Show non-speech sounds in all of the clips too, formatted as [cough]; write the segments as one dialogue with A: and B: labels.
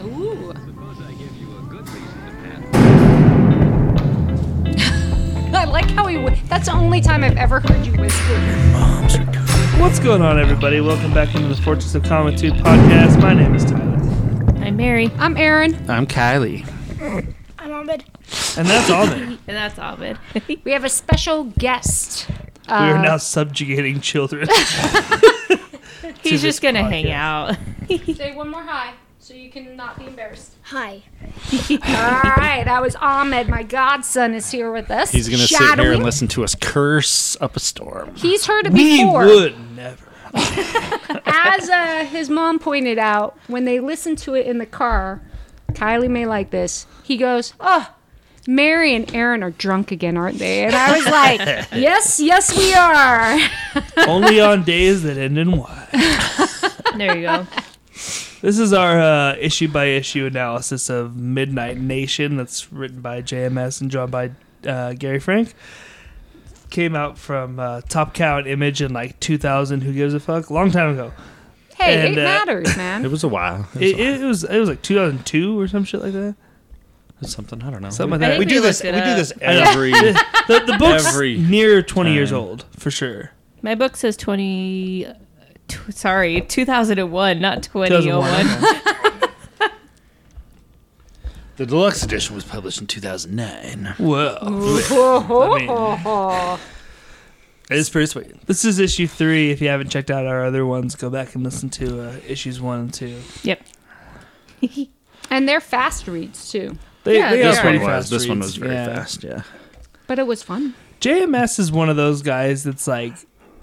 A: Ooh. [laughs]
B: Suppose I give you a good reason to pat.
A: I like how he. Wh- That's the only time I've ever heard you whisper.
C: What's going on, everybody? Welcome back into the Fortress of Comic 2 podcast. My name is Tyler.
D: I'm Mary.
A: I'm Aaron.
E: I'm Kylie.
F: I'm on bed.
C: And that's all there.
D: And that's [laughs] Ovid.
A: We have a special guest.
C: We
A: Uh,
C: are now subjugating
A: [laughs]
C: children.
D: He's just going to hang
C: podcast.
D: [laughs] out.
A: Say one more hi, so you can not be embarrassed. [laughs]
F: Hi.
A: All right, that was Ahmed. My godson is here with us.
E: He's gonna sit
A: Shadowy.
E: here and listen to us curse up a storm.
A: He's heard it
C: we
A: before.
C: would never.
A: As uh, his mom pointed out, when they listened to it in the car, Kylie may like this. He goes, "Oh, Mary and Aaron are drunk again, aren't they?" And I was
E: [laughs]
A: like, "Yes, yes, we are."
C: Only on days that end in Y.
D: There you go.
C: This is our uh, issue by issue analysis of Midnight Nation. That's written by JMS and drawn by uh, Gary Frank. Came out from uh, Top Cow and Image in like 2000. Who gives a fuck? Long time ago.
A: Hey,
C: And,
A: it
C: uh,
A: matters,
D: [laughs]
E: It
A: man.
E: was a while. It
C: It,
E: was,
C: it was it was like 2002 or some shit like that.
E: something I don't know.
C: Something like
D: I
C: that.
D: think
E: we do
D: looked
E: this. We
D: it
E: do
D: up.
E: this
C: I know.
E: [laughs] every.
C: the, the book's
E: Every
C: near 20 years
E: time.
C: old for sure
D: My book says 20. uh, tw- Sorry, 2001, not 2001.
C: 2001
E: the deluxe edition was published in 2009.
C: [laughs]
D: [laughs]
C: whoa
E: It's pretty sweet.
C: this is issue three if you haven't checked out our other ones go back and listen to uh, issues one and two
D: Yep.
A: and they're fast reads too.
C: they,
D: Yeah,
C: they
D: this
C: are
D: one
C: pretty
D: was-
C: fast
E: This one
C: reads,
E: was very
C: yeah.
E: fast. Yeah.
A: But it was fun.
C: jms is one of those guys that's like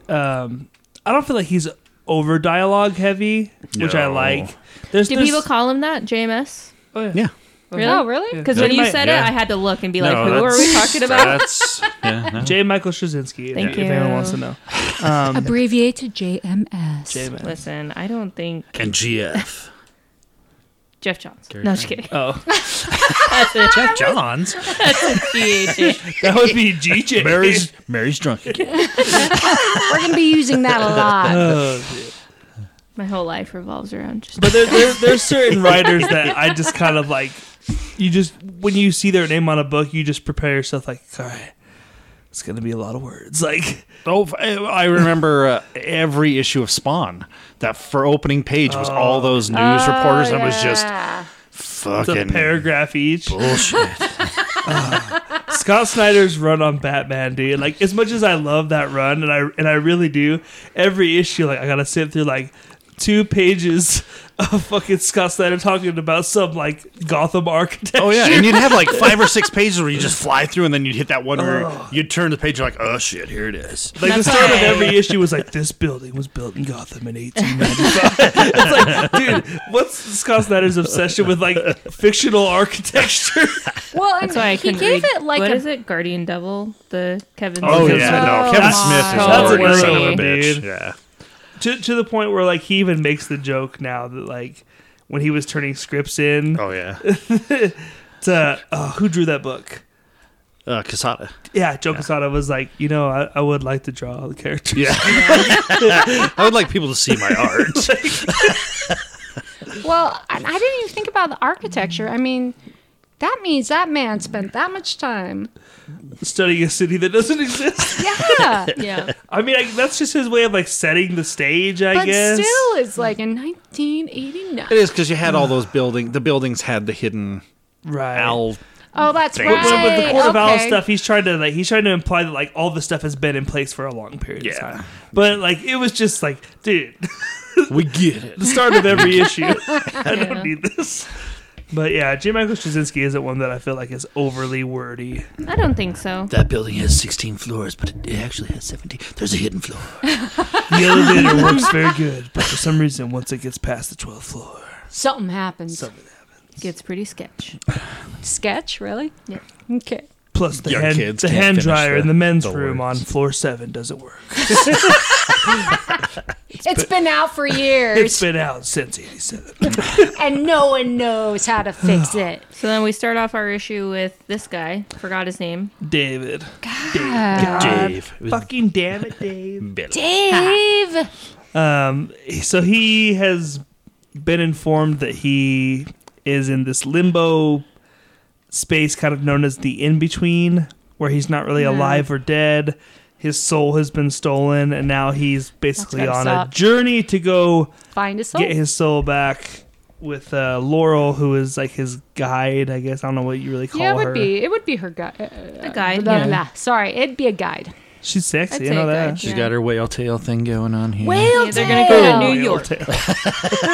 C: um, i don't feel like he's over dialogue heavy which i
E: No.
C: like there's,
D: Do
C: there's-
D: people call him that? JMS?
C: oh, yeah.
E: Yeah.
D: Really?
A: Oh, really?
D: Because
E: Yeah.
D: when you
C: Yeah.
D: said
E: Yeah.
D: it, I had to look and be like,
E: No,
D: who are we
E: that's-
D: talking about?
E: That's. Yeah. No.
C: j michael straczynski
D: Thank
C: if, if anyone
D: you.
C: wants to know um,
A: Abbreviated JMS.
C: JMS.
D: Listen, I don't think
E: And GF.
D: Jeff Johns.
E: Gary
D: No, just kidding.
C: oh
D: That's a
E: Jeff
D: [laughs]
E: Johns. [laughs]
D: GH.
C: that would be gj [laughs]
E: Mary's Mary's drunk again.
A: We're gonna be using that a
E: [laughs]
A: lot.
C: Oh,
D: My whole life revolves around just.
C: But there, there, there's certain writers that I just kind of like. You just when you see their name on a book, you just prepare yourself like, all right, it's gonna be a lot of words. [laughs] Like,
E: Oh, I I remember uh, every issue of Spawn. That for opening page was all those news reporters, and it was just
A: Yeah.
C: it's a
E: fucking
C: paragraph each.
E: bullshit.
C: Scott Snyder's run on Batman, dude. Like, as much as I love that run, and I and I really do, every issue, like, I gotta sit through like two pages [laughs] of fucking Scott Snyder talking about some like Gotham architect.
E: Oh yeah, and you'd have [laughs] like five or six pages where you just fly through, and then you'd hit that one where you'd turn the page, you're like, oh shit, here it is.
C: Like the
D: That's
C: start of
D: right.
C: every issue was like this building was built in Gotham in 1895. it's like, dude, what's Scott Snyder's obsession with like fictional architecture? [laughs]
A: Well, and
D: That's why I
A: he
D: couldn't
A: gave
D: read.
A: it like
D: what
A: a
D: is it? Guardian Devil, the Kevin.
E: Oh
C: Because-
E: yeah,
A: Oh,
E: no, Kevin
A: my.
E: Smith
C: That's
E: is already a
C: another
E: son of a
C: one,
E: bitch.
C: dude.
E: Yeah,
C: to to the point where like he even makes the joke now that like when he was turning scripts in
E: oh yeah,
C: to uh, who drew that book?
E: [laughs] uh, Casada.
C: Yeah, Joe Quesada was like, you know, I, I would like to draw the character.
E: Yeah, [laughs] I would like people to see my art.
A: Well, I, I didn't even think about the architecture. I mean, that means that man spent that much time.
C: [laughs] Studying a city that doesn't [laughs] exist.
A: Yeah,
D: Yeah.
C: I mean, I, that's just his way of like setting the stage, I
A: but
C: guess.
A: still, it's like in 1989.
E: it is because you had all those building. The buildings had the hidden
C: right.
E: owl.
A: Oh, that's
E: But-
A: right.
E: but-
C: But with the Court of
A: okay.
C: Owls stuff, he's trying to like he's trying to imply that like all the stuff has been in place for a long period of
E: Yeah.
C: time. But like it was just like, dude, [laughs]
E: We get it.
C: the start of every issue.
E: [laughs]
C: I don't need this. But yeah, J. Michael Straczynski isn't one that I feel like is overly wordy.
D: I don't think so.
E: [laughs] That building has 16 floors, but it, it actually has 17. There's a hidden floor.
C: The elevator works very good, but for some reason, once it gets past the 12th floor,
A: Something happens.
C: Something.
D: Gets pretty sketch.
A: Sketch, really?
D: Yeah.
A: Okay.
C: plus the
E: Young
C: hand,
E: kids
C: the
E: can't
C: hand
E: finish
C: dryer
E: the-
C: in the men's
E: the
C: room
E: words.
C: on floor seven doesn't work.
A: it's been out for
C: [laughs] It's
A: years,
C: been out since '87.
A: and no one knows how to
C: [sighs]
A: fix it.
D: So then we start off our issue with this guy. Forgot his name.
C: David,
E: Dave. It was
C: fucking damn it, Dave.
E: Bill.
A: Dave.
C: Um, so he has been informed that he is in this limbo space, kind of known as the in between, where he's not really alive or dead. His soul has been stolen, and now he's basically
D: gotta
C: on a
D: suck.
C: journey to go
A: Find a soul.
C: get his soul back with uh, Laurel, who is like his guide. I guess I don't know what you really call
A: yeah, it would
C: her.
A: be. It would be her guide. A
D: guide,
A: Blah,
D: yeah.
A: blah. Sorry, it'd be a guide.
C: She's
D: I'd
C: sexy. I
D: say
C: know
D: a
C: that.
D: guide.
E: She's
D: Yeah.
E: got her whale tail thing going on here.
A: Whale
D: Yeah, they're gonna go to
A: tail.
D: New York.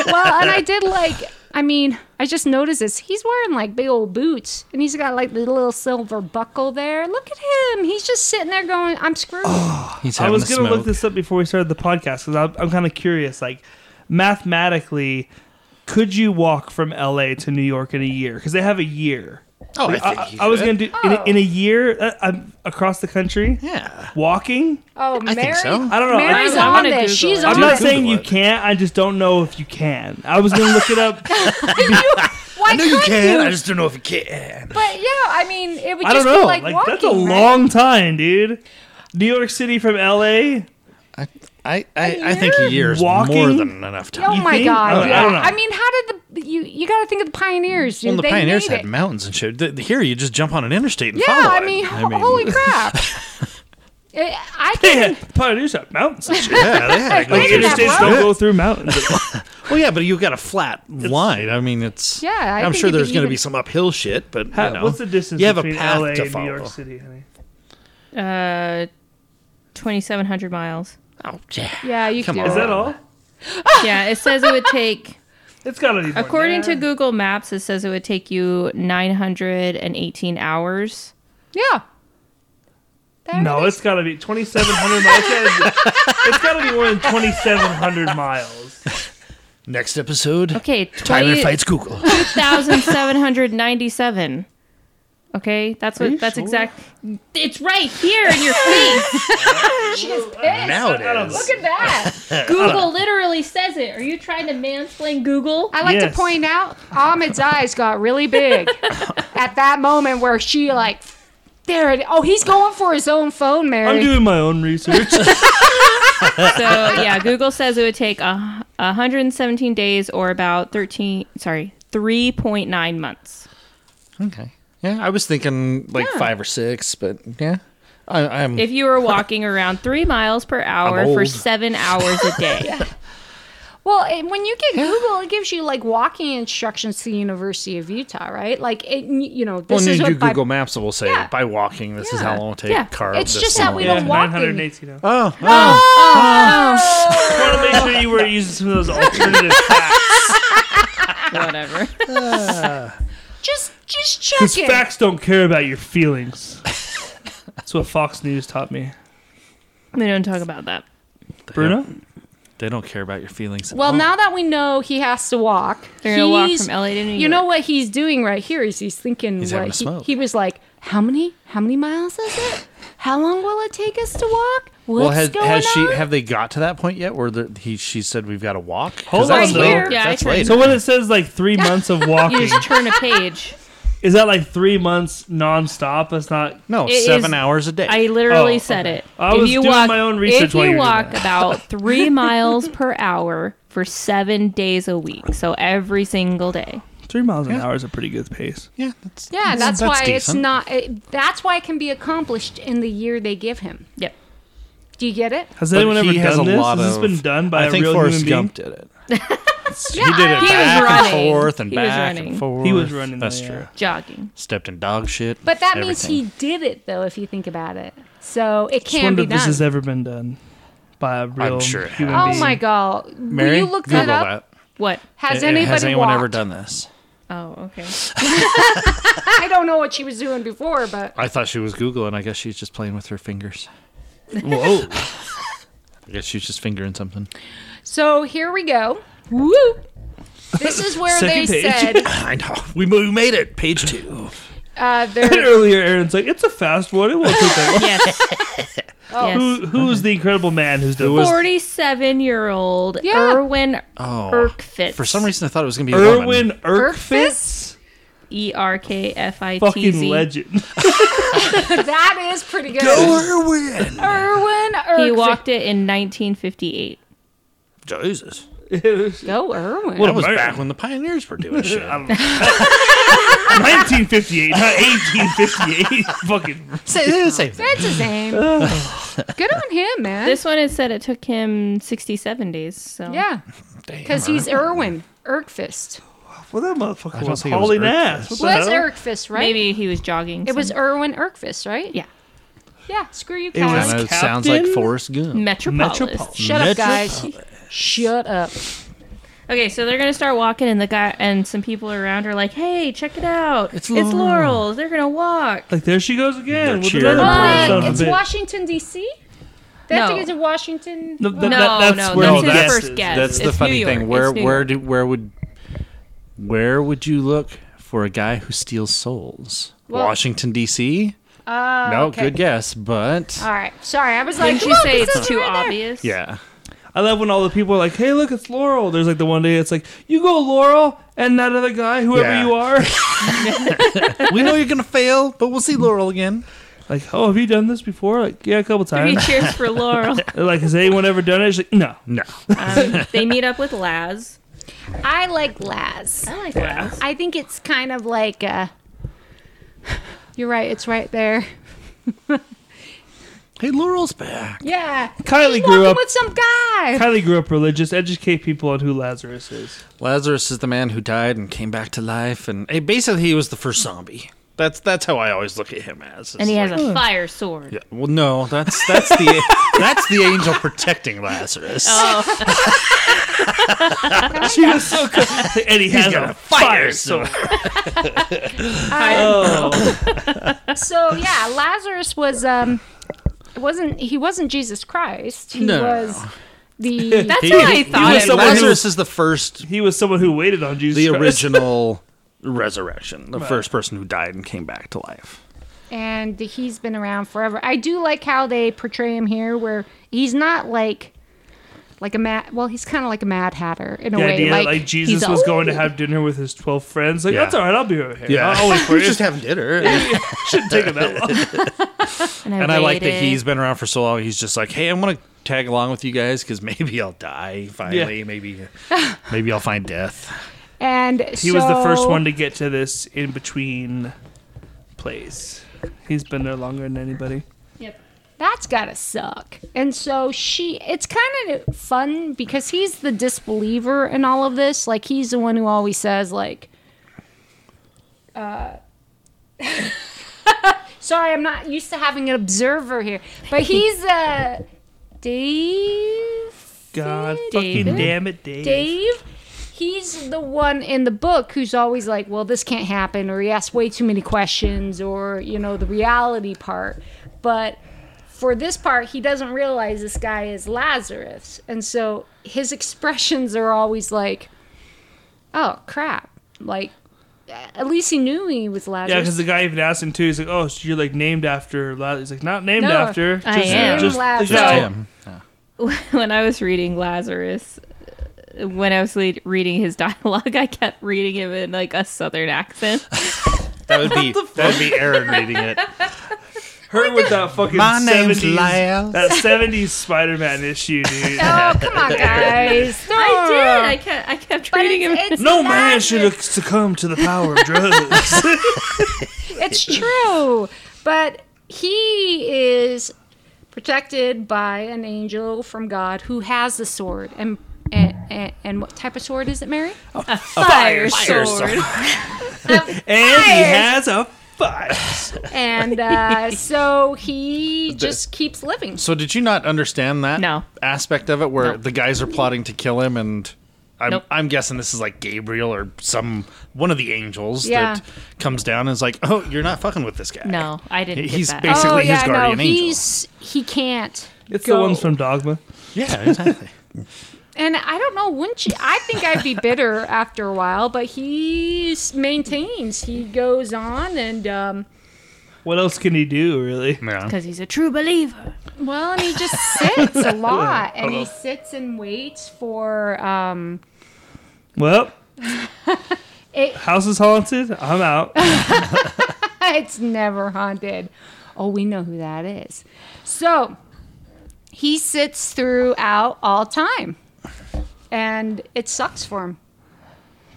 A: well, and I did like. I mean, I just noticed this. He's wearing like big old boots, and he's got like the little silver buckle there. Look at him. He's just sitting there going, "I'm screwed."
E: He's
C: I
E: having
C: was
E: a
C: gonna
E: smoke.
C: look this up before we started the podcast because I'm, I'm kind of curious. Like, mathematically, could you walk from LA to New York in a year? Because they have a year.
E: oh,
C: I,
E: think
C: I,
E: you
C: I was
E: could.
C: gonna do in,
A: Oh.
C: a- in a year uh, I'm across the country
E: Yeah.
C: walking.
A: oh,
E: I
A: Mary.
E: think so.
C: I don't know.
A: Mary's
C: I,
D: I
A: on
D: wanna
A: this.
D: Google
A: She's
D: it.
A: on
C: am
E: Dude,
C: not
A: this. [laughs]
E: Google
C: saying you
E: it.
C: can't. I just don't know if you can. I was gonna look
A: [laughs]
C: it up.
A: Why
E: I know you
A: couldn't
E: can.
A: you?
E: I just don't know if you can.
A: But yeah, I mean, it would
C: I
A: just
C: don't know.
A: be
C: Like,
A: like, walking.
C: that's a
A: right?
C: long time, dude. New York City from LA.
E: I I, I, I think a year is
C: Walking?
E: more than enough time.
A: Oh
C: You
A: my
C: think? I
A: god!
C: don't- I
A: yeah.
C: don't know.
A: I mean, how did the you? You got to think of the pioneers.
E: Well,
A: dude.
E: the
A: they
E: pioneers
A: made
E: had
A: it.
E: mountains and shit. Th- Here, you just jump on an interstate and
A: Yeah,
E: follow
A: I
E: it. [laughs]
A: mean, ho- holy crap! It- I
C: Yeah,
A: can.
C: pioneers have mountains. and shit.
E: Yeah, they had a
C: Like
E: good-
A: did that
C: interstates
A: work?
C: don't go through mountains.
E: well, yeah, but you've got a flat line. I mean, it's
A: Yeah, I
E: am
A: think
E: sure
A: it'd be
E: there's going to
A: even-
E: be some uphill shit, but
C: How,
E: you know,
C: what's the distance
E: You have a
C: between
E: path
C: LA
E: to
C: and New York
E: follow.
C: City, honey?
D: Uh, 2,700 miles.
E: Oh, yeah.
A: Yeah, you
E: Come
A: can.
E: on.
A: do
C: Is
A: it.
C: that all?
D: Yeah, it says it would take,
C: It's gotta be. more than
D: according
C: that.
D: to Google Maps, it says it would take you 918 hours.
A: Yeah. There
C: no,
A: it
C: it's gotta be 2,700 miles. It's gotta be- it's gotta be more than 2,700 miles.
E: Next episode,
D: Okay,
E: Tyler
D: 20
E: fights [laughs]
A: [laughs]
E: Google.
D: 2,797. Okay, that's what, that's exact. It's right here in your face.
A: is.
E: Nowadays,
A: Look at that.
D: Google literally says it. Are you trying to mansplain Google?
A: I like
C: Yes.
A: to point out Ahmed's eyes got really big at that moment where she like, there it. Oh, he's going for his own phone, Mary.
C: [laughs] I'm doing my own research.
D: So yeah, Google says it would take a, 117 days or about 13, sorry, 3.9 months.
E: okay. Yeah, I was thinking like five or six, but yeah, I, I'm.
D: If you were walking
C: [laughs]
D: around three miles per hour for
E: old.
D: seven hours a
C: [laughs]
D: day,
A: Well, and when you get Google, it gives you like walking instructions to the University of Utah, right? Like, it, you know,
E: well,
A: this
E: when
A: is
E: you do
A: what by-
E: Google Maps, it will say
A: Yeah.
E: by walking, this is how long it'll take.
D: Yeah.
E: Car.
A: It's
E: this
A: just that
E: long.
A: we
C: yeah,
A: don't walk in.
C: 918. You know.
E: Oh,
C: I want to make sure you were using some of [laughs] those alternative facts [laughs]
D: whatever.
A: just just
C: because
A: check it.
C: facts don't care about your feelings. That's what Fox News taught me.
D: We don't talk about that.
C: Bruno,
E: they don't care about your feelings. at
A: well,
E: all.
A: now that we know he has to walk,
D: They're gonna walk
A: he's-
D: from LA to New York.
A: You know what he's doing right here is he's thinking
E: He's
A: what
E: having a
A: he-
E: smoke.
A: He, was like, how many how many miles is it? How long will it take us to walk? What's
E: Well, has,
A: going
E: has she
A: on?
E: have they got to that point yet? Where the, he she said we've got to walk. 'Cause
C: Hold
D: Oh,
E: that's
C: on, though.
E: later.
D: Yeah, I
E: that's
D: tried-
E: later.
C: so when it says like three months of
D: [laughs] You
C: walking,
D: just turn a page.
C: is that like three months nonstop? That's not
E: no,
D: It
E: seven
D: is-
E: hours a day.
D: I literally
C: Oh,
D: said
C: okay.
D: it.
C: I was doing my own research
D: If
C: while you
D: you
C: were doing
D: walk
C: that. [laughs]
D: about three miles per hour for seven days a week, so every single day.
C: three miles an hour is a pretty good pace.
E: yeah, that's,
A: yeah, that's, why it's
E: decent.
A: not. It, that's why it can be accomplished in the year they give him.
D: Yep.
A: Do you get it?
C: Has
E: But
C: anyone ever
E: he has
C: done
E: a
C: this?
E: lot
C: Has this
E: of-
C: been done by
E: I
C: a
E: think
C: real
E: Forrest
C: human being?
E: Gump did
C: [laughs]
E: it.
A: Yeah,
E: he did it
A: I-
E: back and
D: running.
E: forth and
D: He was
E: back
D: running.
E: and forth.
C: He was running,
E: That's
C: though,
E: true.
C: yeah.
D: Jogging.
E: Stepped in dog shit.
A: But that means he did it though, if you think about it. So it
C: Just
A: can be
C: wonder if this
A: done.
C: has ever been done by a real
E: sure it
C: human
A: oh
C: being.
A: my god! Will you look that up?
D: What?
A: Has
E: Uh,
A: anybody
E: has anyone ever
A: walked?
E: done this?
D: Oh, okay.
A: [laughs] I don't know what she was doing before, but
E: I thought she was Googling. I guess she's just playing with her [laughs] fingers.
C: Whoa.
E: I guess she's just fingering something.
A: so here we go. Woo! This is where they
C: Second page.
A: said
E: I know. We, we made it. Page two.
A: uh,
C: And
A: they're
C: [laughs] earlier, Aaron's like, it's a fast one. It won't take that long.
D: Yes.
A: [laughs]
D: yes.
C: Who, who's the incredible man who's doing this?
D: 47 year old
A: Yeah.
D: Erwin
E: Oh.
D: Erkfitz.
E: For some reason, I thought it was going to be a woman.
C: Erwin
A: Erkfitz?
C: Erkfitz?
D: E R K F I T
C: Fucking
D: Z.
C: legend. [laughs]
A: that is pretty good.
E: Erwin.
A: Erwin Erkfitz.
D: He walked it in 1958.
E: [laughs] Jesus.
C: It was-
D: Go Irwin.
E: Well, it was
C: America.
E: back when the pioneers were [laughs] doing shit.
C: I don't know. 1958, not 1858. [laughs] Fucking.
E: Say- say the same thing.
A: That's the
C: [sighs]
A: same. Good on him, man.
D: This one it said it took him 67 days. So
A: yeah,
E: Damn,
A: because he's Irwin Erkfist.
C: Well, that motherfucker
E: don't
C: was
E: think it was
C: hauling
E: Earth
C: ass. What
E: Fist.
C: the
A: Well, that's
C: hell?
A: Erkfist, right?
D: maybe he was jogging.
A: it was
D: some-
A: Irwin Erkfist, right?
D: yeah.
A: Yeah. Screw you,
C: was-
A: guys.
E: Kinda sounds like
C: Captain
E: Forrest Gump.
D: Metropolis.
C: Metropolis.
A: Shut up, guys.
E: Metropolis.
A: Shut up.
D: Okay, so they're gonna start walking, and the guy and some people around are like, "Hey, check it out!
E: It's
D: It's,
E: Laurel."
D: Laurel's. They're gonna walk."
C: Like there she goes again.
E: They're
C: With
E: cheering
C: another
E: her
C: poor
E: on.
C: son of a
A: it's
C: bitch.
A: Washington D.C. They have to
D: No.
A: get to Washington.
C: No, that-
D: No,
C: that-
D: no,
C: where
D: that's
C: all
D: his
C: that is.
D: first guess.
E: That's the
D: It's
E: funny
D: New
E: thing.
D: York.
E: Where
D: It's New
E: where
D: York.
E: do where would where would you look for a guy who steals souls?
A: Well-
E: Washington D.C.
A: Oh,
E: no,
A: okay.
E: good guess, but
A: All right. Sorry, I was like,
D: Didn't you
A: look,
D: say
A: it
D: it's
A: says it
D: too
A: right there.
D: obvious?
E: yeah,
C: I love when all the people are like, "Hey, look, it's Laurel." There's like the one day it's like, "You go, Laurel," and that other guy, whoever
E: Yeah.
C: you
E: [laughs]
C: are,
E: we know you're gonna fail, but we'll see Laurel again.
C: like, "Oh, have you done this before?" Like, "Yeah, a couple
D: Three
C: times."
D: [laughs] cheers
A: [laughs]
D: for Laurel.
C: They're like, "Has anyone ever done it?" She's like, "No."
E: No,
D: Um, they meet up with Laz.
A: I like Laz.
D: I like Laz.
A: I think it's kind of like uh You're right, it's right there.
E: hey, Laurel's back.
A: Yeah.
C: Kylie
A: She's
C: grew
A: walking
C: up.
A: with some guy.
C: Kylie grew up religious. Educate people on who Lazarus is.
E: Lazarus is the man who died and came back to life, and hey, basically he was the first zombie. That's that's how I always look at him as.
D: And he has
E: a
D: a fire sword.
E: yeah, well, no, that's that's the [laughs] that's the angel protecting Lazarus.
D: Oh,
C: She was so cool. And he has
E: got
C: a
E: a
C: fire
E: fire
C: sword. oh,
A: So yeah, Lazarus was um it wasn't he wasn't Jesus Christ. He
E: No.
A: was
C: [laughs]
A: the
D: that's
E: He-
D: what
E: he
D: I thought.
C: was
D: it
C: someone
D: was.
C: who-
E: Lazarus is the first,
C: he was someone who waited on Jesus.
E: the
C: Christ.
E: original [laughs] resurrection, the first person who died and came back to life.
A: and he's been around forever. I do like how they portray him here where he's not like like a mad well, he's kinda like a mad hatter in a
C: The
A: way.
C: idea
A: like,
C: like, Jesus
A: he's
C: was
A: old.
C: going to have dinner with his twelve friends. Like
E: Yeah.
C: that's all right. I'll be over here.
E: Yeah. [laughs]
C: I'll wait for
E: We're
C: you.
E: just having
C: [laughs]
E: dinner. And,
C: shouldn't take him that long.
E: [laughs] and I like that
D: waited.
E: [laughs] he's been around for so long. He's just like, hey, I'm gonna tag along with you guys because maybe [laughs] I'll die finally. Maybe, maybe I'll find death.
A: and
C: He was the first one to get to this in between place. He's been there longer than anybody.
A: that's gotta suck. And so she, it's kind of fun because he's the disbeliever in all of this. Like he's the one who always says like, uh, [laughs] sorry, I'm not used to having an observer here, but he's uh, Dave.
C: God
D: David.
C: fucking damn it, Dave.
A: Dave. He's the one in the book who's always like, well, this can't happen, or he asks way too many questions, or, you know, the reality part. But for this part, he doesn't realize this guy is Lazarus. And so his expressions are always like, oh, crap. Like, at least he knew he was
C: Yeah,
A: Lazarus.
C: because the guy even asked him too. He's like, "Oh, so you're like named after?" Laz-" He's like, "Not named
A: No,
C: after.
D: I am
A: Lazarus.
C: just-
A: No.
E: Damn.
D: [laughs] when I was reading Lazarus, uh, when I was le- reading his [laughs] dialogue, I kept reading him in like a southern
E: [laughs]
D: accent.
E: That would be that would be Aaron reading it.
C: Her with that fucking
E: My name's
C: 70s
E: Laz.
C: that '70s Spider-Man issue, dude.
A: oh, come
C: [laughs]
A: on, guys. No.
E: Ah.
D: I did. I kept. I kept
A: But
D: reading him.
A: it's, it's
C: no man
A: Lazarus.
C: should have succumbed to the power of drugs.
A: It's true. But he is protected by an angel from God who has the sword. And and, and, and what type of sword is it, Mary?
D: fire,
E: fire
D: sword. [laughs]
C: and he has a fire.
A: And uh, so he just keeps living.
E: So did you not understand that
D: No.
E: aspect of it where
D: No.
E: the guys are plotting to kill him and I'm,
D: Nope.
E: I'm guessing this is like Gabriel or some one of the angels
A: Yeah.
E: that comes down and is like, "Oh,
D: [laughs]
E: you're not fucking with this guy."
D: No, I didn't.
E: He's
D: get that.
E: basically-
A: oh,
E: his
A: yeah,
E: guardian
A: no,
E: angel.
A: he's he can't.
C: It's the
A: go.
C: ones from Dogma.
E: Yeah, exactly.
A: And I don't know, wouldn't you? I think I'd be bitter after a while, but he s- maintains. He goes on and, um,
C: What else can he do, really?
E: yeah.
D: because he's a true believer.
A: well, and he just sits
C: [laughs]
A: a lot. And he
C: Uh-huh.
A: sits and waits for um,
C: Well,
A: It- [laughs]
C: house is haunted. I'm out.
A: it's never haunted. Oh, we know who that is. So he sits throughout all time. and it sucks for him.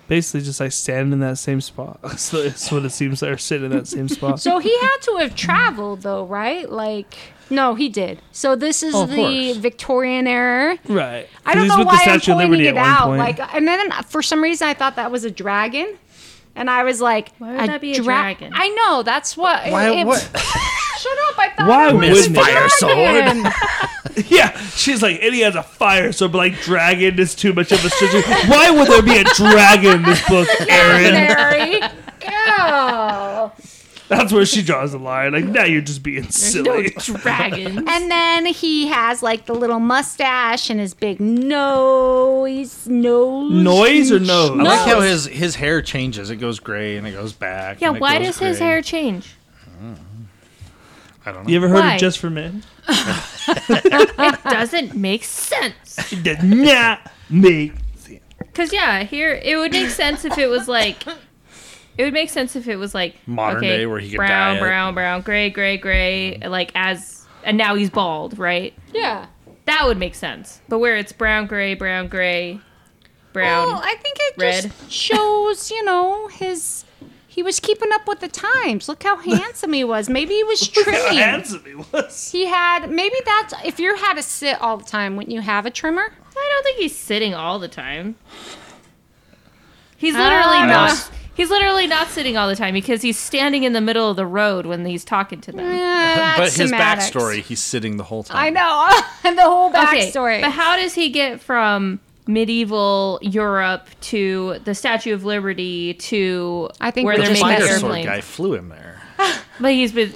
C: Basically, just like standing in that same spot. [laughs] That's the- that's what it seems like, or sitting in that same spot.
A: So he had to have traveled though, right? Like no, he did. So this is
C: Oh, of
A: the
C: course.
A: Victorian era.
C: right.
A: I
C: 'Cause
A: don't
C: he's
A: know
C: with the
A: why I'm
C: Statue of
A: pointing
C: Liberty
A: it
C: at one
A: out.
C: point.
A: Like, and then for some reason I thought that was a dragon, and I was like,
D: Why would that be a dragon?
A: I know that's what.
E: Why- what?
A: [laughs] Shut up! I thought
C: Why
A: it was
C: wouldn't
A: a
C: it? Fire
A: dragon.
C: [laughs] Yeah, she's like, and he has a fire, so but like, dragon is too much of a situation. Why would there be a dragon in this book, Aaron? [laughs]
A: Mary. Go.
C: That's where she draws the line. Like, now you're just being silly.
D: Dragons.
E: [laughs]
A: And then he has like the little mustache and his big nose, nose.
C: Noise or nose?
E: I like
A: No.
E: how his his hair changes. It goes gray and it goes back.
D: yeah,
E: and it
D: why
E: goes
D: does his
E: gray.
D: hair change?
E: I don't know.
C: You ever heard
D: Why?
C: of Just for Men?
D: [laughs] Doesn't make sense.
C: It does not make sense.
D: [laughs] Cause yeah, here it would make sense if it was like, [laughs] it would make sense if it was like
E: Modern
D: okay,
E: day where he could Mm-hmm.
D: brown,
E: dye it.
D: brown, brown, gray, gray, gray, like as and now he's bald, right?
A: Yeah.
D: That would make sense. But where it's brown, gray, brown, gray, brown.
A: Well, I think it
D: Red.
A: just shows, you know, his. He was keeping up with the times. Look how handsome he was. Maybe he
C: [laughs]
A: was
C: How
A: trimming.
C: handsome he was.
A: He had maybe that's if you had a sit all the time, wouldn't you have a trimmer?
D: I don't think he's sitting all the time. He's
A: I
D: literally
A: don't [laughs]
D: not.
E: know.
D: He's literally not sitting all the time because he's standing in the middle of the road when he's talking to them.
A: Yeah,
E: [laughs] but his
A: semantics.
E: backstory, he's sitting the whole time.
A: I know [laughs] the whole backstory.
D: But how does he get from medieval Europe to the Statue of Liberty to
A: I think
D: where
A: we
D: they're
E: The
A: just
D: making
A: like
E: spider
A: that.
E: sword
D: airplanes?
E: guy flew him there.
D: But he's been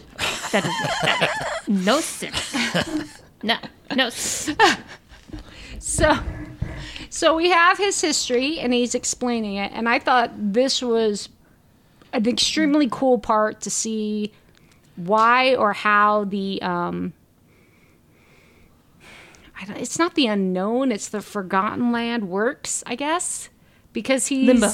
D: that doesn't that makes [laughs] no sense. No, no. sense.
A: So, so we have his history, and he's explaining it. And I thought this was an extremely cool part to see why or how the um, I don't, it's not the unknown; it's the forgotten land works, I guess, because he's
D: Limbo.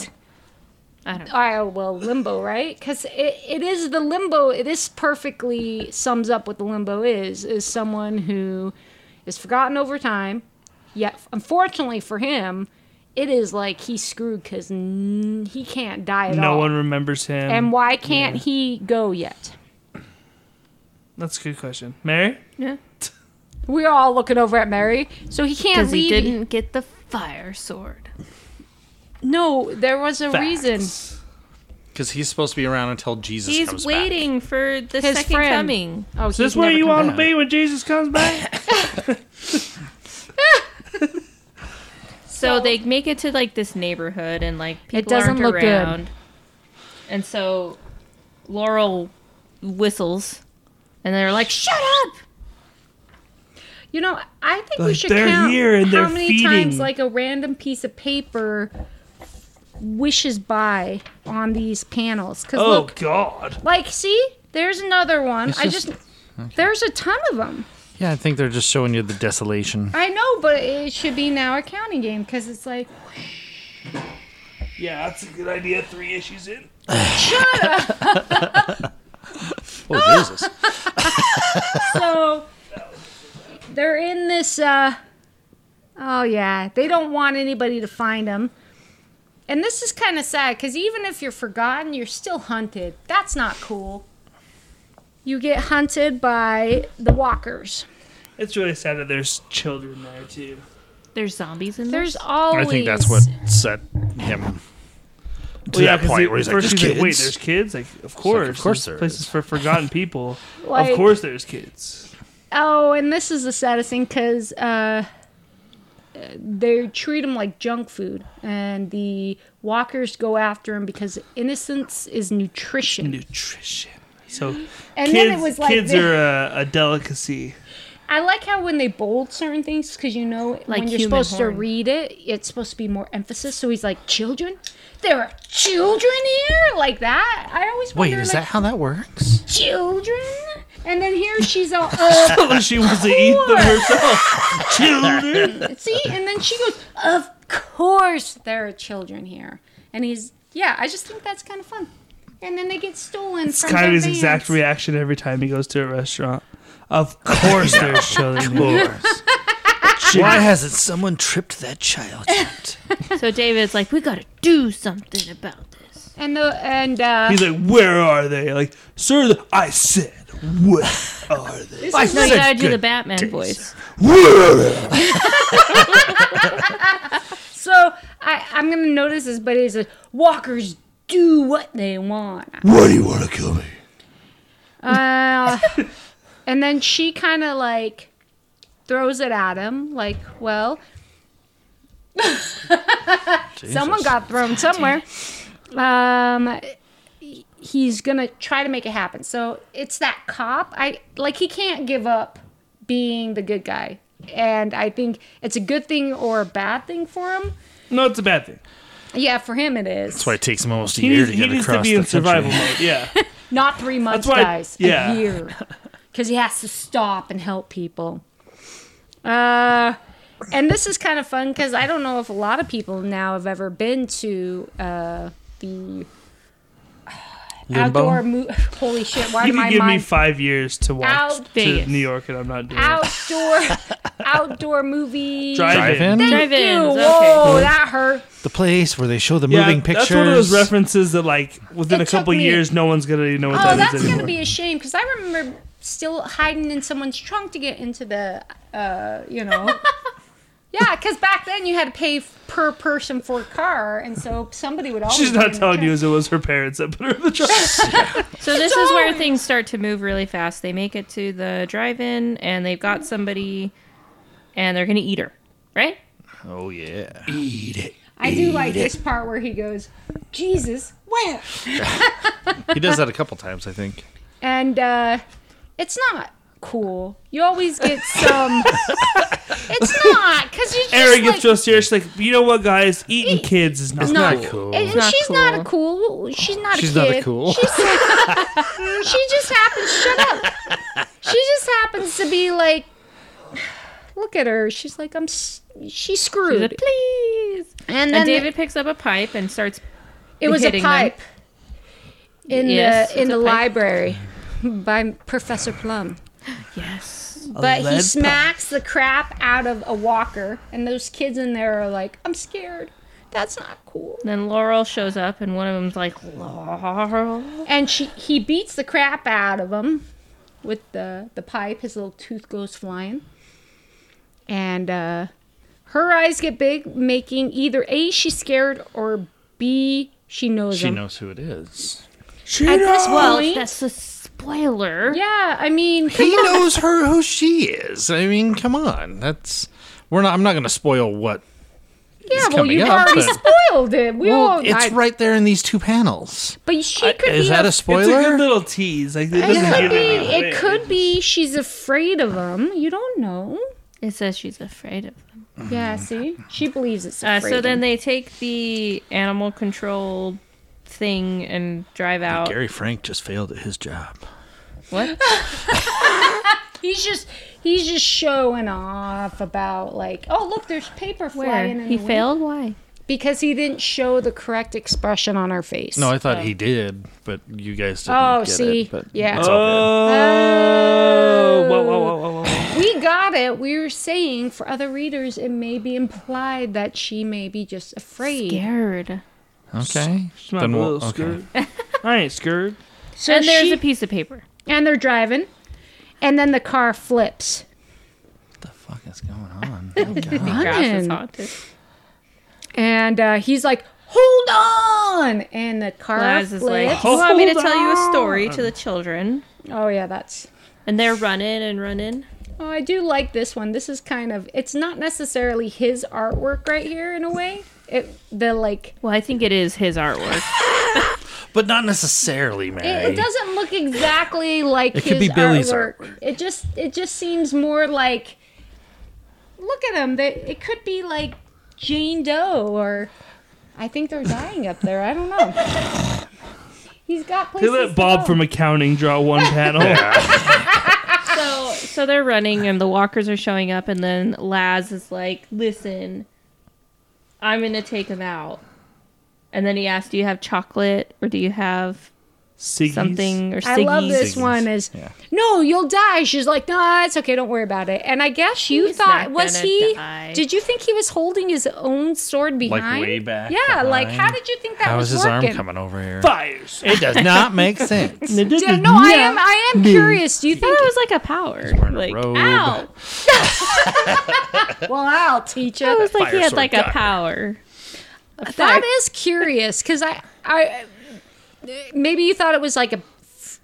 D: I don't. know.
A: I well limbo right because it, it is the limbo it is perfectly sums up what the limbo is is someone who is forgotten over time yet unfortunately for him it is like he's screwed because n- he can't die at
C: No
A: all
C: one remembers him.
A: and why can't he go yet
C: That's a good question. Mary?
D: Yeah.
A: we're all looking over at Mary so he can't
D: Because he
A: leave
D: didn't get the fire sword.
A: no there was a reason
C: Facts.
E: Because he's supposed to be around until Jesus
D: He's
E: comes
D: waiting for the
A: His
D: second
A: friend.
D: coming.
A: oh
C: Is this where you want to be when Jesus comes back?
D: So they make it to like this neighborhood and like people
A: doesn't
D: aren't
A: look good.
D: around. And so Laurel whistles and they're like, Shut up
A: You know, I think we
C: Like,
A: should
C: they're
A: count
C: here and
A: how
C: they're
A: many
C: feeding.
A: times like a random piece of paper wishes by on these panels. Cause
C: Oh,
A: look,
C: God.
A: like, see, there's another one.
E: It's
A: I
E: just-
A: just there's a ton of them.
E: back. Yeah, I think they're just showing you the desolation.
A: I know, but it should be now a counting game because it's like
C: Yeah, that's a good idea. Three issues in.
E: [laughs] Oh, Jesus.
A: so they're in this uh oh yeah they don't want anybody to find them and this is kind of sad because even if you're forgotten you're still hunted that's not cool you get hunted by the walkers
C: It's really sad that there's children there, too.
D: There's zombies in there.
A: there's always
E: I think that's what set him to
C: Well,
E: that
C: 'cause
E: point
C: they-
E: where he's like,
C: first
E: "There's
C: he's
E: kids."
C: Wait, there's kids? Like, of course.
E: of
C: there's
E: course there
C: places
E: is.
C: for forgotten people.
A: [laughs] Like-
C: of course there's kids.
A: oh and this is the saddest thing because uh they treat them like junk food and the walkers go after them because innocence is nutrition
C: Nutrition. So
A: and
C: kids,
A: then it was like
C: kids
A: the-
C: are a, a delicacy.
A: I like how when they bold certain things, because you know,
D: Like
A: when you're
D: human
A: supposed
D: horn.
A: to read it, it's supposed to be more emphasis. So he's like, "Children, there are children here," like that. I always
E: Wait,
A: wonder,
E: is that
A: like,
E: how that works?
A: children? And then
C: [laughs]
A: here she's all, uh,
C: she wants to eat them herself. children.
A: "Uh, see, and then she goes, "Of course, there are children here," and he's, yeah, I just think that's kind of fun. And then they get stolen.
C: It's
A: from
C: kind of
A: their
C: his exact
A: vans.
C: [laughs] reaction every time he goes to a restaurant. Of course, there's children. here.
E: Why hasn't someone tripped that child yet?
D: So David's like, we gotta do something about this.
A: And the and uh,
C: He's like, where are they? Like, sir, th- I said, where are they?
D: I no, you
C: said
D: gotta do the
C: good
D: Batman voice.
C: Where?
A: so I I'm gonna notice this, but it's like walkers do what they want.
C: Why do you want to kill me?
E: [laughs]
A: Uh, and then she kind of like throws it at him, like,
E: [laughs]
A: well, someone got thrown somewhere. Um, he- he's gonna try to make it happen. So it's that cop. I like he can't give up being the good guy, and I think it's a good thing or a bad thing for him.
C: No, it's a bad thing.
A: Yeah, for him it is.
E: That's why it takes him almost a
C: He
E: year
C: needs,
E: to
C: he
E: get
C: needs to
E: across
C: be
E: the
C: in survival
E: country.
A: [laughs]
C: mode. Yeah.
A: Not three months,
C: why-
A: guys.
C: yeah.
A: A
C: [laughs]
A: year. Because he has to stop and help people. Uh, and this is kind of fun because I don't know if a lot of people now have ever been to uh, the outdoor mo- [laughs] Holy shit! Why
C: You
A: did my
C: can give me
A: mind?
C: five years to walk
A: Out
C: to
D: Vegas.
C: New York, and I'm not doing it. [laughs]
A: outdoor, outdoor movie.
E: Drive in?
A: Thank
D: Drive-ins,
A: you.
D: okay.
A: Whoa, that hurt.
E: The place where they show the
C: Yeah,
E: moving pictures.
C: that's one of those references that, like, within
A: It
C: a couple
A: took me-
C: years, no one's gonna know what
A: Oh,
C: that
A: that's
C: is anymore.
A: gonna be a shame because I remember still hiding in someone's trunk to get into the, uh, you know.
C: [laughs]
A: yeah, because back then you had to pay f- per person for a car, and so somebody would always.
C: She's
A: be in
C: not
A: the
C: telling
A: trunk.
C: you it was her parents that put her in the truck.
D: So this is where things start to move really fast. They make it to the drive-in, and they've got somebody, and they're gonna eat her, right?
E: Oh yeah.
A: I do like this part where he goes, Jesus, where?
E: He does that a couple times, I think.
A: And uh, it's not cool. You always get
C: [laughs]
A: some. it's not because you're just
C: Eric gets
A: like,
C: real serious. Like, you know what, guys? Eating kids is not.
A: No,
E: [laughs] not cool.
A: and, and
D: not
A: she's not a cool. She's not a
E: She's
A: kid.
E: not a cool.
A: She's,
E: [laughs]
A: she just happens. Shut up. She just happens to be like. Look at her. She's like I'm. s- She's
D: She's
A: screwed.
D: like, please.
A: and then
D: And David picks up a pipe and starts.
A: it was a
D: hitting them.
A: pipe in
D: Yes,
A: the in
D: it's
A: the
D: a pipe. [laughs]
A: library by Professor Plum.
D: Yes.
A: But
C: lead
A: he
C: pipe.
A: smacks the crap out of a walker, and those kids in there are like, "I'm scared. That's not cool."
D: Then Laurel shows up, and one of them's like, Laurel.
A: and she he beats the crap out of him with the the pipe his little tooth goes flying and uh her eyes get big making either a she's scared or b she knows
E: She
A: him
E: knows who it is.
A: at this
D: Well,
A: point
D: that's a spoiler.
A: yeah i mean
E: He knows her who she is. I mean, come on. That's we're not. I'm not going to spoil what.
A: yeah well
E: coming
A: you've
E: up,
A: already
E: but-
A: spoiled it we all
E: Well, it's
A: Oh, I-
E: right there in these two panels.
A: but she could
E: Is
A: be
E: that a
C: It's a good
E: spoiler?
C: little tease. Like, it
A: it
C: doesn't
A: could
C: give
A: be
C: anything away.
A: it could be she's afraid of him you don't know
D: It says she's afraid of them.
A: yeah see she believes it's
D: Uh,
A: afraid
D: so then they take the animal control thing and drive out.
E: Gary Frank just failed at his job.
D: What?
A: He's just he's just showing off about like, oh look, there's paper
D: Where?
A: flying in the
D: He
A: wind."
D: failed? Why?
A: because he didn't show the correct expression on our face.
E: No, I thought he did, but you guys didn't
A: Oh,
E: get
A: see.
E: it. But
A: Yeah.
E: it's all
C: Oh, whoa, whoa, whoa, whoa, whoa.
A: we got it. We were saying for other readers, it may be implied that she may be just afraid.
D: Scared.
E: good. Okay.
C: She's not
E: Then
C: a
E: we'll-
C: little
E: okay.
C: scared. I ain't scared.
A: So
D: and there's
A: she-
D: a piece of paper.
A: and they're driving, and then the car flips.
E: What the fuck is going on? [laughs]
D: Grass is
A: Run.
D: haunted.
A: And uh, he's like, hold on, and the car
D: Laz is
A: flips.
D: like, you want me to tell you a story to the children?
A: oh yeah, that's
D: And they're running and running.
A: Oh, I do like this one. This is kind of it's not necessarily his artwork right here in a way. It the like
D: Well, I think it is his artwork.
E: but not necessarily, Mary.
A: it, it doesn't look exactly like
E: It
A: his
E: could be Billy's
A: artwork. It just it just seems more like look at him. They, it could be like Jane Doe or I think they're dying up there. I don't know. [laughs] He's got
C: They
A: places.
C: let Bob
A: to go.
C: from accounting draw one panel.
D: [laughs] so, so they're running and the walkers are showing up, and then Laz is like, listen, I'm going to take him out. And then he asks, do you have chocolate or do you have
C: Siggy's.
D: something or
A: I love
D: Siggy's.
A: this one. Is no, you'll die. She's like, no, it's okay. Don't worry about it. And I guess you
D: He's
A: thought
D: not
A: was
D: gonna
A: he?
D: die.
A: Did you think he was holding his own sword behind?
E: way back
A: Yeah. Like,
E: behind?
A: how did you think that
E: How
A: was
E: is his
A: working?
E: arm coming over here?
C: Fires.
E: It does not make [laughs] sense. He's
A: Yeah, no, I am. I
E: [laughs]
A: am curious. Do you
D: I
A: think?
D: thought it was like a power.
E: wearing a
D: Like,
E: robe.
D: ow!
A: [laughs] well, I'll teach
D: It
A: you.
D: was like he
E: Fire
D: had
E: sword
D: like
E: guy.
D: a power.
A: That is curious because I, I, maybe you thought it was like a,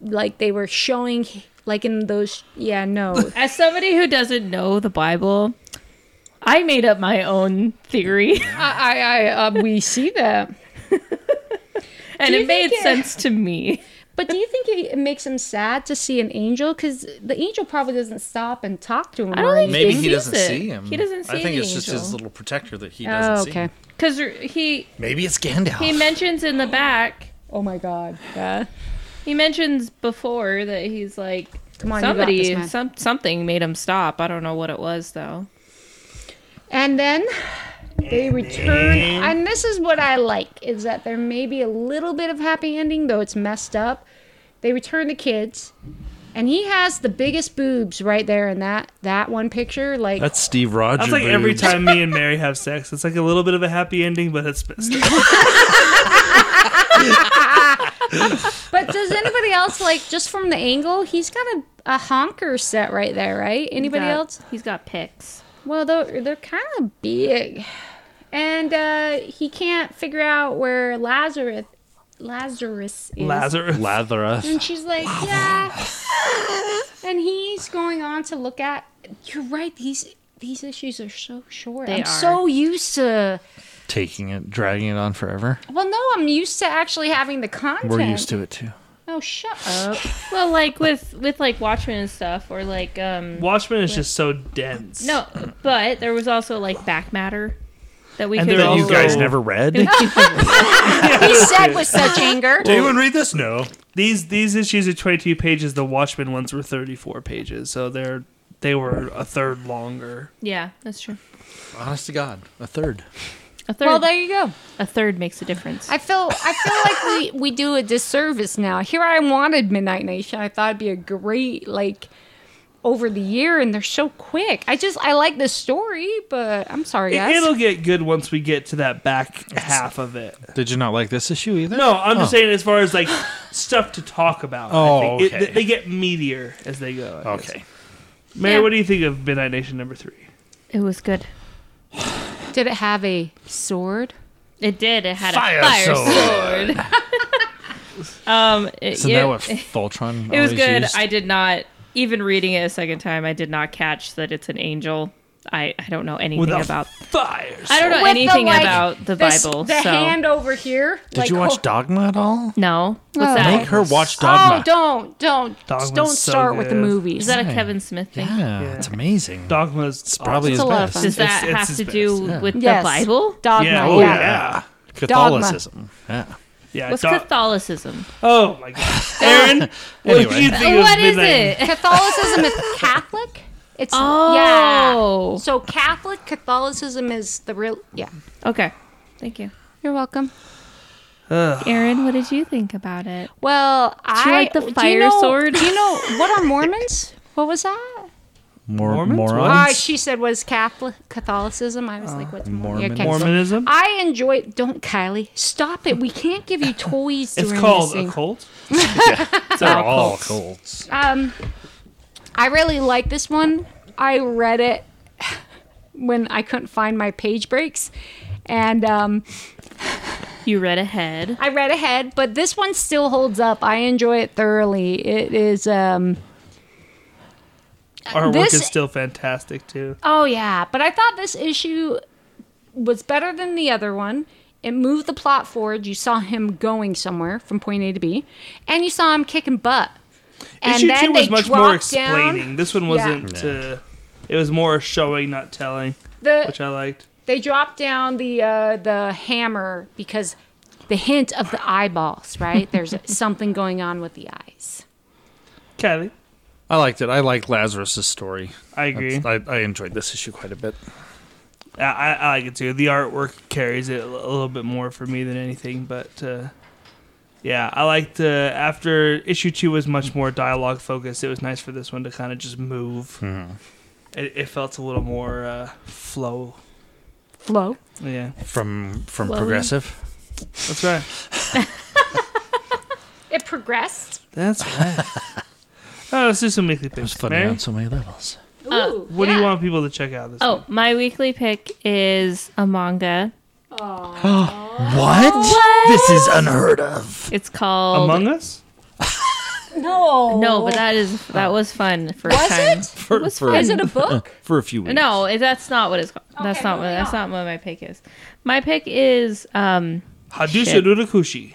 A: like they were showing, like in those. Yeah, no.
D: As somebody who doesn't know the Bible, I made up my own theory,
A: [laughs] I, I, I uh, we see that.
D: [laughs] and
A: you
D: it made
A: think it-
D: sense to me.
A: But do you think it it makes him sad to see an angel? Because the angel probably doesn't stop and talk to him.
D: I don't
A: or
D: think
A: anything.
E: Maybe
D: He
E: he,
D: sees
E: doesn't
D: it.
E: see him.
D: He doesn't
E: I
D: see the
E: think it's just
D: angel.
E: his little protector that he
A: Oh,
E: doesn't
A: okay.
E: see.
D: Because he
E: Maybe it's Gandalf.
D: he mentions in the back,
A: Oh my god.
D: he mentions before that he's like
A: Come on, you got this,
D: somebody
A: man.
D: some something made him stop. I don't know what it was though.
A: And then they return, and this is what I like: is that there may be a little bit of happy ending, though it's messed up. They return the kids, and he has the biggest boobs right there in that that one picture. Like
E: That's Steve Rogers.
C: That's like every
E: [laughs]
C: time me and Mary have sex. It's like a little bit of a happy ending, but it's messed up.
A: But does anybody else like just from the angle? He's got a, a honker set right there, right? Anybody
D: He's got-
A: else?
D: He's got pics.
A: Well, they're they're kind of big, and uh, he can't figure out where Lazarus Lazarus is.
C: Lazarus.
E: Lathereth.
A: And she's like, yeah. and he's going on to look at. You're right. These these issues are so short.
D: They
A: I'm
D: are.
A: so used to.
E: Taking it, dragging it on forever.
A: Well, no, I'm used to actually having the content.
E: We're used to it too.
A: Oh, shut
D: [laughs]
A: up.
D: Well, like with with like Watchmen and stuff, or like um
C: Watchmen is just so dense.
D: no, but there was also like back matter that we
C: And
D: could
C: there
D: also
C: you guys
E: never read?
A: he said with such anger.
E: [laughs] anyone read this? No.
C: These these issues are 22 pages. The Watchmen ones were 34 pages, so they're they were a third longer.
D: [laughs] yeah, that's true.
E: Honest to God, a third.
D: A third,
A: Well, there you go.
D: a third makes a difference.
A: I feel I feel like we, we do a disservice now. Here I wanted Midnight Nation. I thought it'd be a great like over the year, and they're so quick. I just I like the story, but I'm sorry,
C: It-
A: guys.
C: It'll get good once we get to that back half of it.
E: Did you not like this issue either?
C: No, I'm just saying as far as like stuff to talk about.
E: Oh,
C: I think. It-
E: okay.
C: they get meatier as they go. I guess.
E: Okay.
C: Mary,
D: Yeah.
C: what do you think of Midnight Nation number three?
D: it was good.
A: Did it have a sword?
D: It did. It had
E: Fire
D: a fire
E: sword.
D: sword.
E: [laughs]
D: um, it,
E: Isn't
D: yeah,
E: that what Fultron
D: it was
E: always
D: good.
E: used?
D: I did not even reading it a second time. I did not catch that it's an angel. I, I don't know anything
C: Without
D: about.
C: fires.
D: I don't know anything about the
A: this-
D: Bible.
A: The
D: so
A: hand over here.
E: Did you watch Dogma at all?
D: no, what's
A: Oh.
E: Make
D: that?
E: her watch
A: Oh,
E: Dogma.
A: don't don't
C: Dogma's
A: don't
C: so
A: start with the
C: good.
A: movies.
D: Is that a Kevin Smith thing?
E: yeah, it's amazing.
C: Dogma's
E: it's probably
A: It's
E: his
A: a lot of
E: best.
A: fun.
D: Does that
C: It's- it's
D: have
C: his
D: to
C: best.
D: do with
A: Yes.
D: the Bible?
A: Dogma.
C: Yeah,
E: Oh
A: yeah.
E: yeah.
A: Dogma.
E: Catholicism. Yeah.
C: Yeah,
D: What's
C: dog-
D: Catholicism?
C: Oh my god,
E: [laughs]
C: Aaron, what do
E: Anyway.
C: you think
D: What
C: of
D: is
C: Midnight?
D: it?
A: Catholicism is Catholic. It's
D: Oh.
A: yeah. So Catholic Catholicism is the real yeah.
D: Okay, thank you,
A: You're welcome.
D: Aaron. What did you think about it?
A: Well, I
D: you like the
A: do
D: fire
A: know-
D: sword?
A: Do you know what are Mormons? [laughs] What was that?
E: Mor-
C: Mormons? Uh,
A: Uh,
E: Morons.
A: she said was Catholic Catholicism. I was like, what's Mormon?
E: Mormon.
C: Mormonism?
A: I enjoy. Don't Kylie stop it. We can't give you toys.
C: It's
A: during this
C: called a
A: thing.
E: [laughs]
C: cult.
E: They're all cults.
A: Um, I really like this one. I read it [laughs] when I couldn't find my page breaks, and um,
D: You read ahead.
A: I read ahead, but this one still holds up. I enjoy it thoroughly. It is. Um,
C: Artwork
A: This-
C: is still fantastic too.
A: Oh yeah, but I thought this issue was better than the other one. It moved the plot forward. You saw him going somewhere from point A to B, and you saw him kicking butt. And
C: Issue two
A: then
C: was
A: they
C: much more
A: dropped down-
C: explaining. This one wasn't.
E: Yeah.
C: Uh, it was more showing, not telling,
A: The,
C: which I liked.
A: they dropped down the uh, the hammer because the hint of the eyeballs, right? There's [laughs] something going on with the eyes.
C: Kylie,
E: I liked it. I liked Lazarus's story.
C: I agree.
E: I, I enjoyed this issue quite a bit.
C: I, I, I like it too. The artwork carries it a little bit more for me than anything, but uh, Yeah, I liked uh, after issue two was much more dialogue focused. It was nice for this one to kind of just move.
E: Mm-hmm.
C: It, it felt a little more uh, flow.
A: Flow.
C: Yeah,
E: from from
A: Flowing.
E: progressive.
C: that's right.
E: [laughs]
A: It progressed.
C: That's right. oh, let's do some weekly
E: It was
C: picks.
E: funny
C: Mary,
E: on so many levels.
A: Ooh,
C: what do
A: Uh, yeah.
C: you want people to check out this?
D: Oh, my weekly pick is a manga.
E: What? This is unheard of.
D: It's called
C: Among Us.
A: No.
D: No, but that is that was fun for a
A: Was
D: time.
A: it?
E: [laughs] For,
D: was
E: for,
A: Is it
C: [laughs]
A: a book?
E: for a few weeks.
D: No, it- that's not what it's called. that's
A: Okay,
D: not what
A: moving
D: that's
A: on.
D: not what my pick is. My pick is um
C: Hadusha
D: Shit.
C: Rurakushi.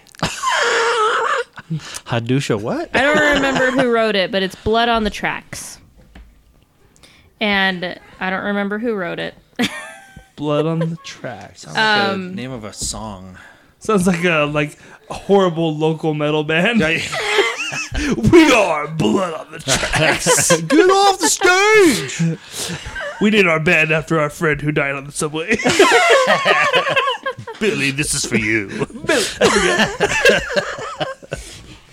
E: Hadusha, what?
D: I don't remember who wrote it, but it's Blood on the Tracks. And I don't remember who wrote it.
C: Blood on the tracks.
E: Sounds like the name of a song.
C: Sounds like a like a horrible local metal band. [laughs] we are blood on the tracks.
E: Get off the stage!
C: we did our band after our friend who died on the subway. [laughs]
E: Billy, this is for [laughs] you.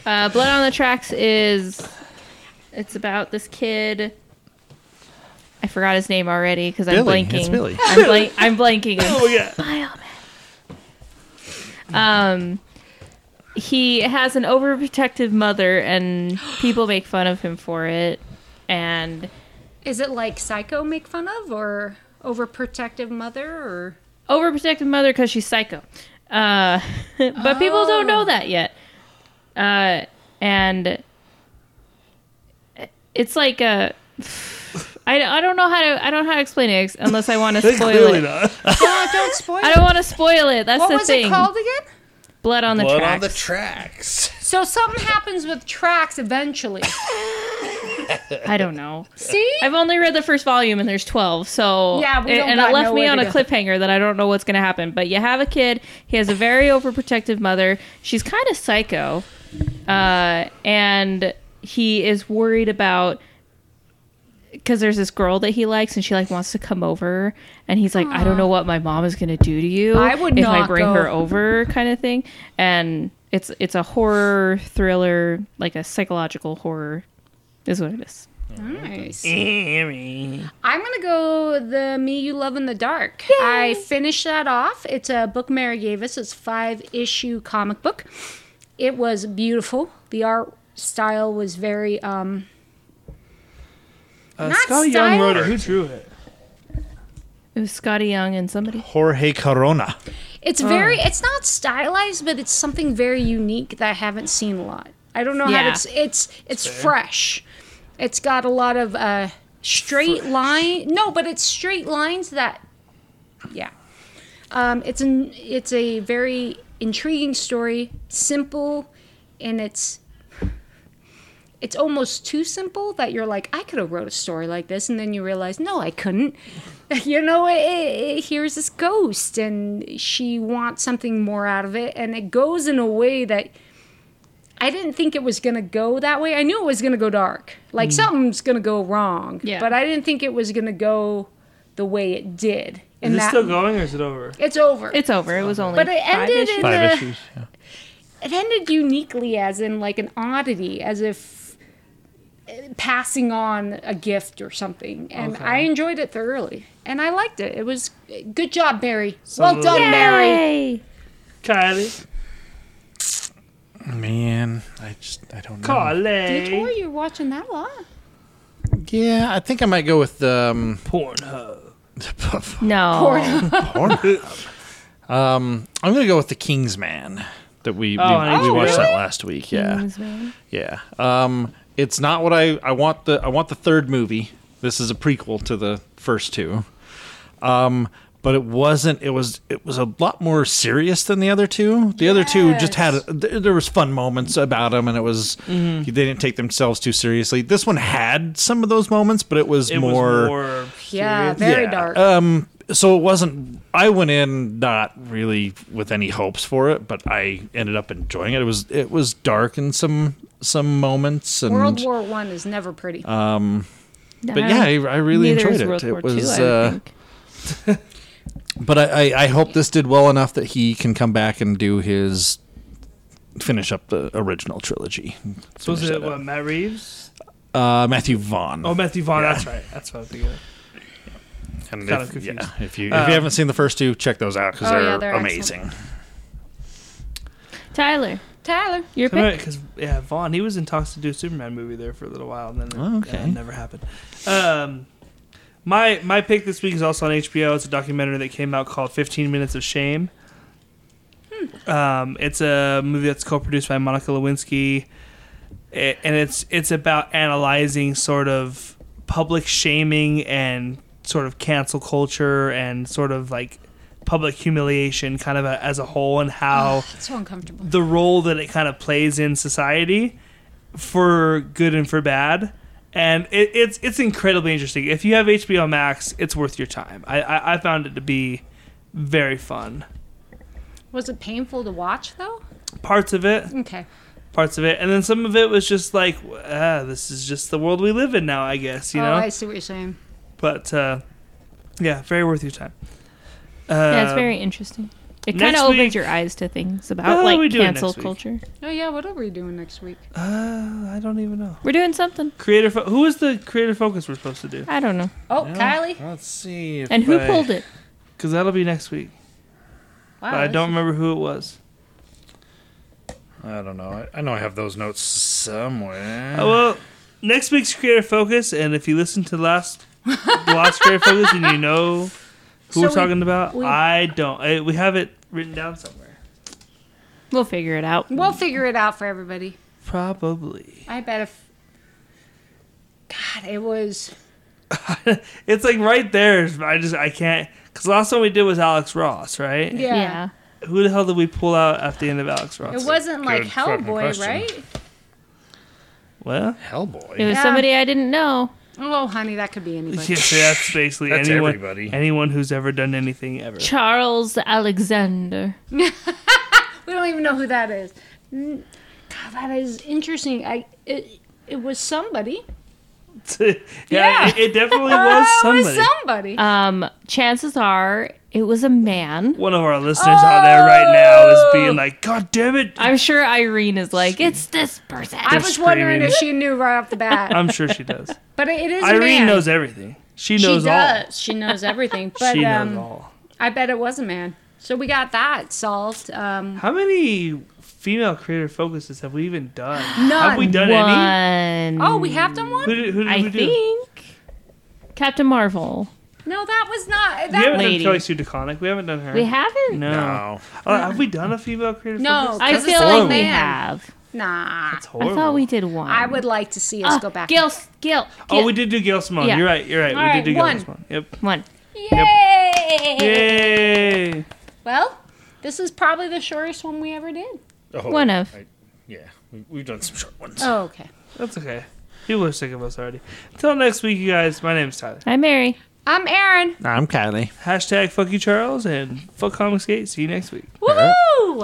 D: Uh, Blood on the Tracks is it's about this kid. I forgot his name already because I'm
E: Billy,
D: blanking.
E: it's Billy.
D: I'm, blank I'm blanking.
A: [laughs]
C: oh yeah.
D: Um, he has an overprotective mother,
E: [gasps]
D: and people make fun of him for it. And
A: Is it like Psycho make fun of or overprotective mother or
D: overprotective mother because she's psycho. Uh, [laughs] but people don't
E: Oh.
D: know that yet. Uh, and it's like a. [sighs] I, I don't know how to I don't know how to explain it ex- unless I want
E: [laughs]
D: to spoil
C: Clearly
D: it.
C: not.
A: [laughs] No, don't spoil
D: I don't want to spoil it. That's
A: What
D: the
A: was
D: thing.
A: it called again?
D: Blood on the
E: Blood
D: tracks.
E: on the tracks.
A: So something happens with tracks
D: [laughs]
A: eventually.
D: I don't know.
A: See?
D: I've only read the first volume and there's 12, so
A: Yeah, we don't
D: and
A: got
D: it left me
A: nowhere
D: on
A: to
D: a
A: go.
D: cliffhanger that I don't know what's going to happen. But you have a kid, he has a very overprotective mother. She's kind of psycho. Uh, and he is worried about cuz there's this girl that he likes and she like wants to come over and he's like I don't know what my mom is going to do to you
A: I would
D: if I
A: not
D: bring
A: go.
D: her over kind of thing. And it's it's a horror thriller, like a psychological horror is what it is.
A: Nice. I'm gonna go the Me You Love in the Dark. I finished that off. It's a book Mary gave us. It's five issue comic book. It was beautiful. The art style was very um
C: Uh,
A: Not
C: Scotty Young
A: style.
C: wrote it. Who drew it?
D: It was Scotty Young and somebody.
E: Jorge Corona.
A: it's very it's not stylized, but it's something very unique that I haven't seen a lot. I don't know how
D: Yeah.
A: it's it's it's fresh. It's got a lot of uh straight line no, but it's straight lines that yeah. Um, it's an it's a very intriguing story, simple, and it's it's almost too simple that you're like, I could have wrote a story like this, and then you realize, no, I couldn't. [laughs] you know, it, it, here's this ghost, and she wants something more out of it, and it goes in a way that I didn't think it was gonna go that way. I knew it was gonna go dark,
C: Mm.
A: like something's gonna go wrong,
D: Yeah.
A: but I didn't think it was gonna go the way it did.
C: Is
A: And
C: it
A: that-
C: still going or is it over?
A: it's over.
D: It's over. It was only.
A: But it
D: five
A: ended
D: issues.
A: in-
E: Five
A: Uh,
E: issues. Yeah.
A: it ended uniquely, as in like an oddity, as if uh, passing on a gift or something. And
C: Okay.
A: I enjoyed it thoroughly, and I liked it. It was uh, good job, Mary.
C: So
A: well done,
C: Yay!
A: Mary.
C: Kylie.
E: Man, I just I don't know.
A: Detour,
C: Kylie.
A: you're watching that a lot.
E: Yeah, I think I might go with um, [laughs]
C: Pornhub.
D: No.
E: Pornhub. um, I'm gonna go with the King's Man that we
C: Oh,
E: we, we
C: nice.
E: watched
C: Oh,
E: that last week. Yeah, yeah. Um, it's not what I I want the I want the third movie. This is a prequel to the first two. Um, but it wasn't. It was it was a lot more serious than the other two. The other two just had th- there was fun moments about them, and it was
C: Mm-hmm.
E: they didn't take themselves too seriously. This one had some of those moments, but it was
C: It
E: more.
C: was more.
A: Yeah,
C: serious.
A: very
E: Yeah,
A: dark.
E: Um, so it wasn't. I went in not really with any hopes for it, but I ended up enjoying it. It was it was dark in some some moments, and
A: World War One is never pretty.
C: uh,
E: but yeah, I, I really enjoyed it. it was, uh, but I, I I hope this did well enough that he can come back and do his finish up the original trilogy.
C: So was
E: Finish
C: it
E: that up.
C: what, Matt Reeves?
E: Uh, Matthew Vaughn.
C: Oh, Matthew Vaughn.
E: Yeah.
C: That's right. That's what I'm thinking. of.
E: And
C: Got
E: if,
C: it confused.
E: yeah, if you if
C: Um,
E: you haven't seen the first two, check those out because
A: Oh,
E: they're,
A: yeah, they're
E: amazing.
D: Tyler,
A: Tyler.
D: your pick.
C: Because yeah, Vaughn he was in talks to do a Superman movie there for a little while, and then it,
E: Oh, okay.
C: yeah, it never happened. Um, my my pick this week is also on HBO. It's a documentary that came out called "15 Minutes of Shame."
E: Hmm.
C: Um, it's a movie that's co-produced by Monica Lewinsky, a- and it's it's about analyzing sort of public shaming and sort of cancel culture and sort of like public humiliation kind of a, as a whole and how
A: It's so uncomfortable.
C: the role that it kind of plays in society for good and for bad. And it, it's it's incredibly interesting. If you have HBO Max, it's worth your time. I, I, I found it to be very fun.
A: Was it painful to watch though?
C: Parts of it,
A: Okay.
C: parts of it, and then some of it was just like, ah, this is just the world we live in now, I guess. You
A: oh,
C: know.
A: I see what you're saying.
C: But uh, yeah, very worth your time. Uh,
D: yeah, it's very interesting. It kind
C: next
D: of opens
C: week-
D: your eyes to things
C: Well,
D: about like
C: we do it
D: cancel
C: next week.
D: culture.
A: Oh yeah, what are we doing next week?
C: Uh, I don't even know.
D: We're doing something.
C: Creator, fo- who is the creator focus we're supposed to do?
D: I don't know.
A: Oh, Kylie.
E: Let's see.
D: And who pulled it?
C: Because that'll be next week.
A: Wow.
C: but I
A: Oh, this
C: don't
A: is-
C: remember who it was.
E: I don't know. I, I know I have those notes somewhere.
C: Uh, well, next week's creator focus, and if you listen to last the last creator focus, and you know who
A: So
C: we're
A: we-
C: talking about,
A: we-
C: I don't. I, we have it written down somewhere.
D: We'll figure it out.
A: We'll figure it out for everybody.
C: Probably.
A: I bet if. God, it was.
C: It's like right there. I just I can't because last one we did was Alex Ross, right?
A: Yeah.
D: yeah.
C: Who the hell did we pull out at the end of Alex Ross?
A: It wasn't like
E: good fucking
A: Hellboy,
E: question.
A: right?
C: well. [laughs]
E: Hellboy.
D: It was
A: Yeah.
D: somebody I didn't know.
A: Oh, honey, that could be anybody.
C: Yeah, so that's basically
E: That's
C: anyone,
E: everybody.
C: anyone who's ever done
A: [laughs]
C: anything ever. [laughs]
D: Charles Alexander.
A: We don't even know who that is. Mm, God, that is interesting. I it, it was somebody.
C: yeah,
A: Yeah.
C: It, it definitely
A: Oh,
C: was
A: it
C: somebody. Uh,
A: was somebody.
D: Um, chances are it was a man.
C: One of our listeners out there right now is
A: Oh.
C: being like, "God damn it,
D: I'm sure Irene is like, it's this person.
A: I was wondering if
C: screaming.
A: she knew right off the bat.
C: I'm sure she does.
A: But it, it is a
C: Irene
A: man.
C: knows everything. She
A: She
C: knows
A: does. She knows everything.
C: all.
A: But
C: [laughs] she
A: um,
C: knows all.
A: I bet it was a man. So we got that solved. Um,
C: How many female creator focuses have we even done?
A: none.
C: Have we done any?
D: One.
A: Oh, we have done
C: Who
A: one.
C: did, who did
D: I
C: we do?
D: think Captain Marvel.
A: No, that was not.
C: we
A: That
C: haven't
D: lady.
C: done Kelly Sue DeConnick. We haven't done her.
D: We haven't.
C: No.
E: No.
C: Uh, have we done a female creator
A: No.
C: focus?
D: I
A: That's
D: feel
A: horrible.
D: like we
A: Man.
D: have.
A: nah.
C: That's Uh, horrible.
D: I thought we did one.
A: I would like to see us
D: Oh,
A: go back.
D: Gail, Gail,
C: Oh, we did do Gail Simone.
D: Yeah.
C: You're right. You're right.
A: All
C: we
A: right,
C: did do
A: one.
C: Gail Simone. Yep.
D: one.
A: Yay!
C: Yay!
A: Well, this is probably the shortest one we ever did.
E: Oh,
D: One of.
E: I- yeah, we, we've done some short ones.
A: Oh, okay.
C: That's okay. People are sick of us already. Until next week, you guys. My name's Tyler.
D: Hi, Mary.
A: I'm Aaron.
E: I'm Kylie.
C: Hashtag fuck you Charles and fuck Comicsgate. See you next week.
A: Woohoo!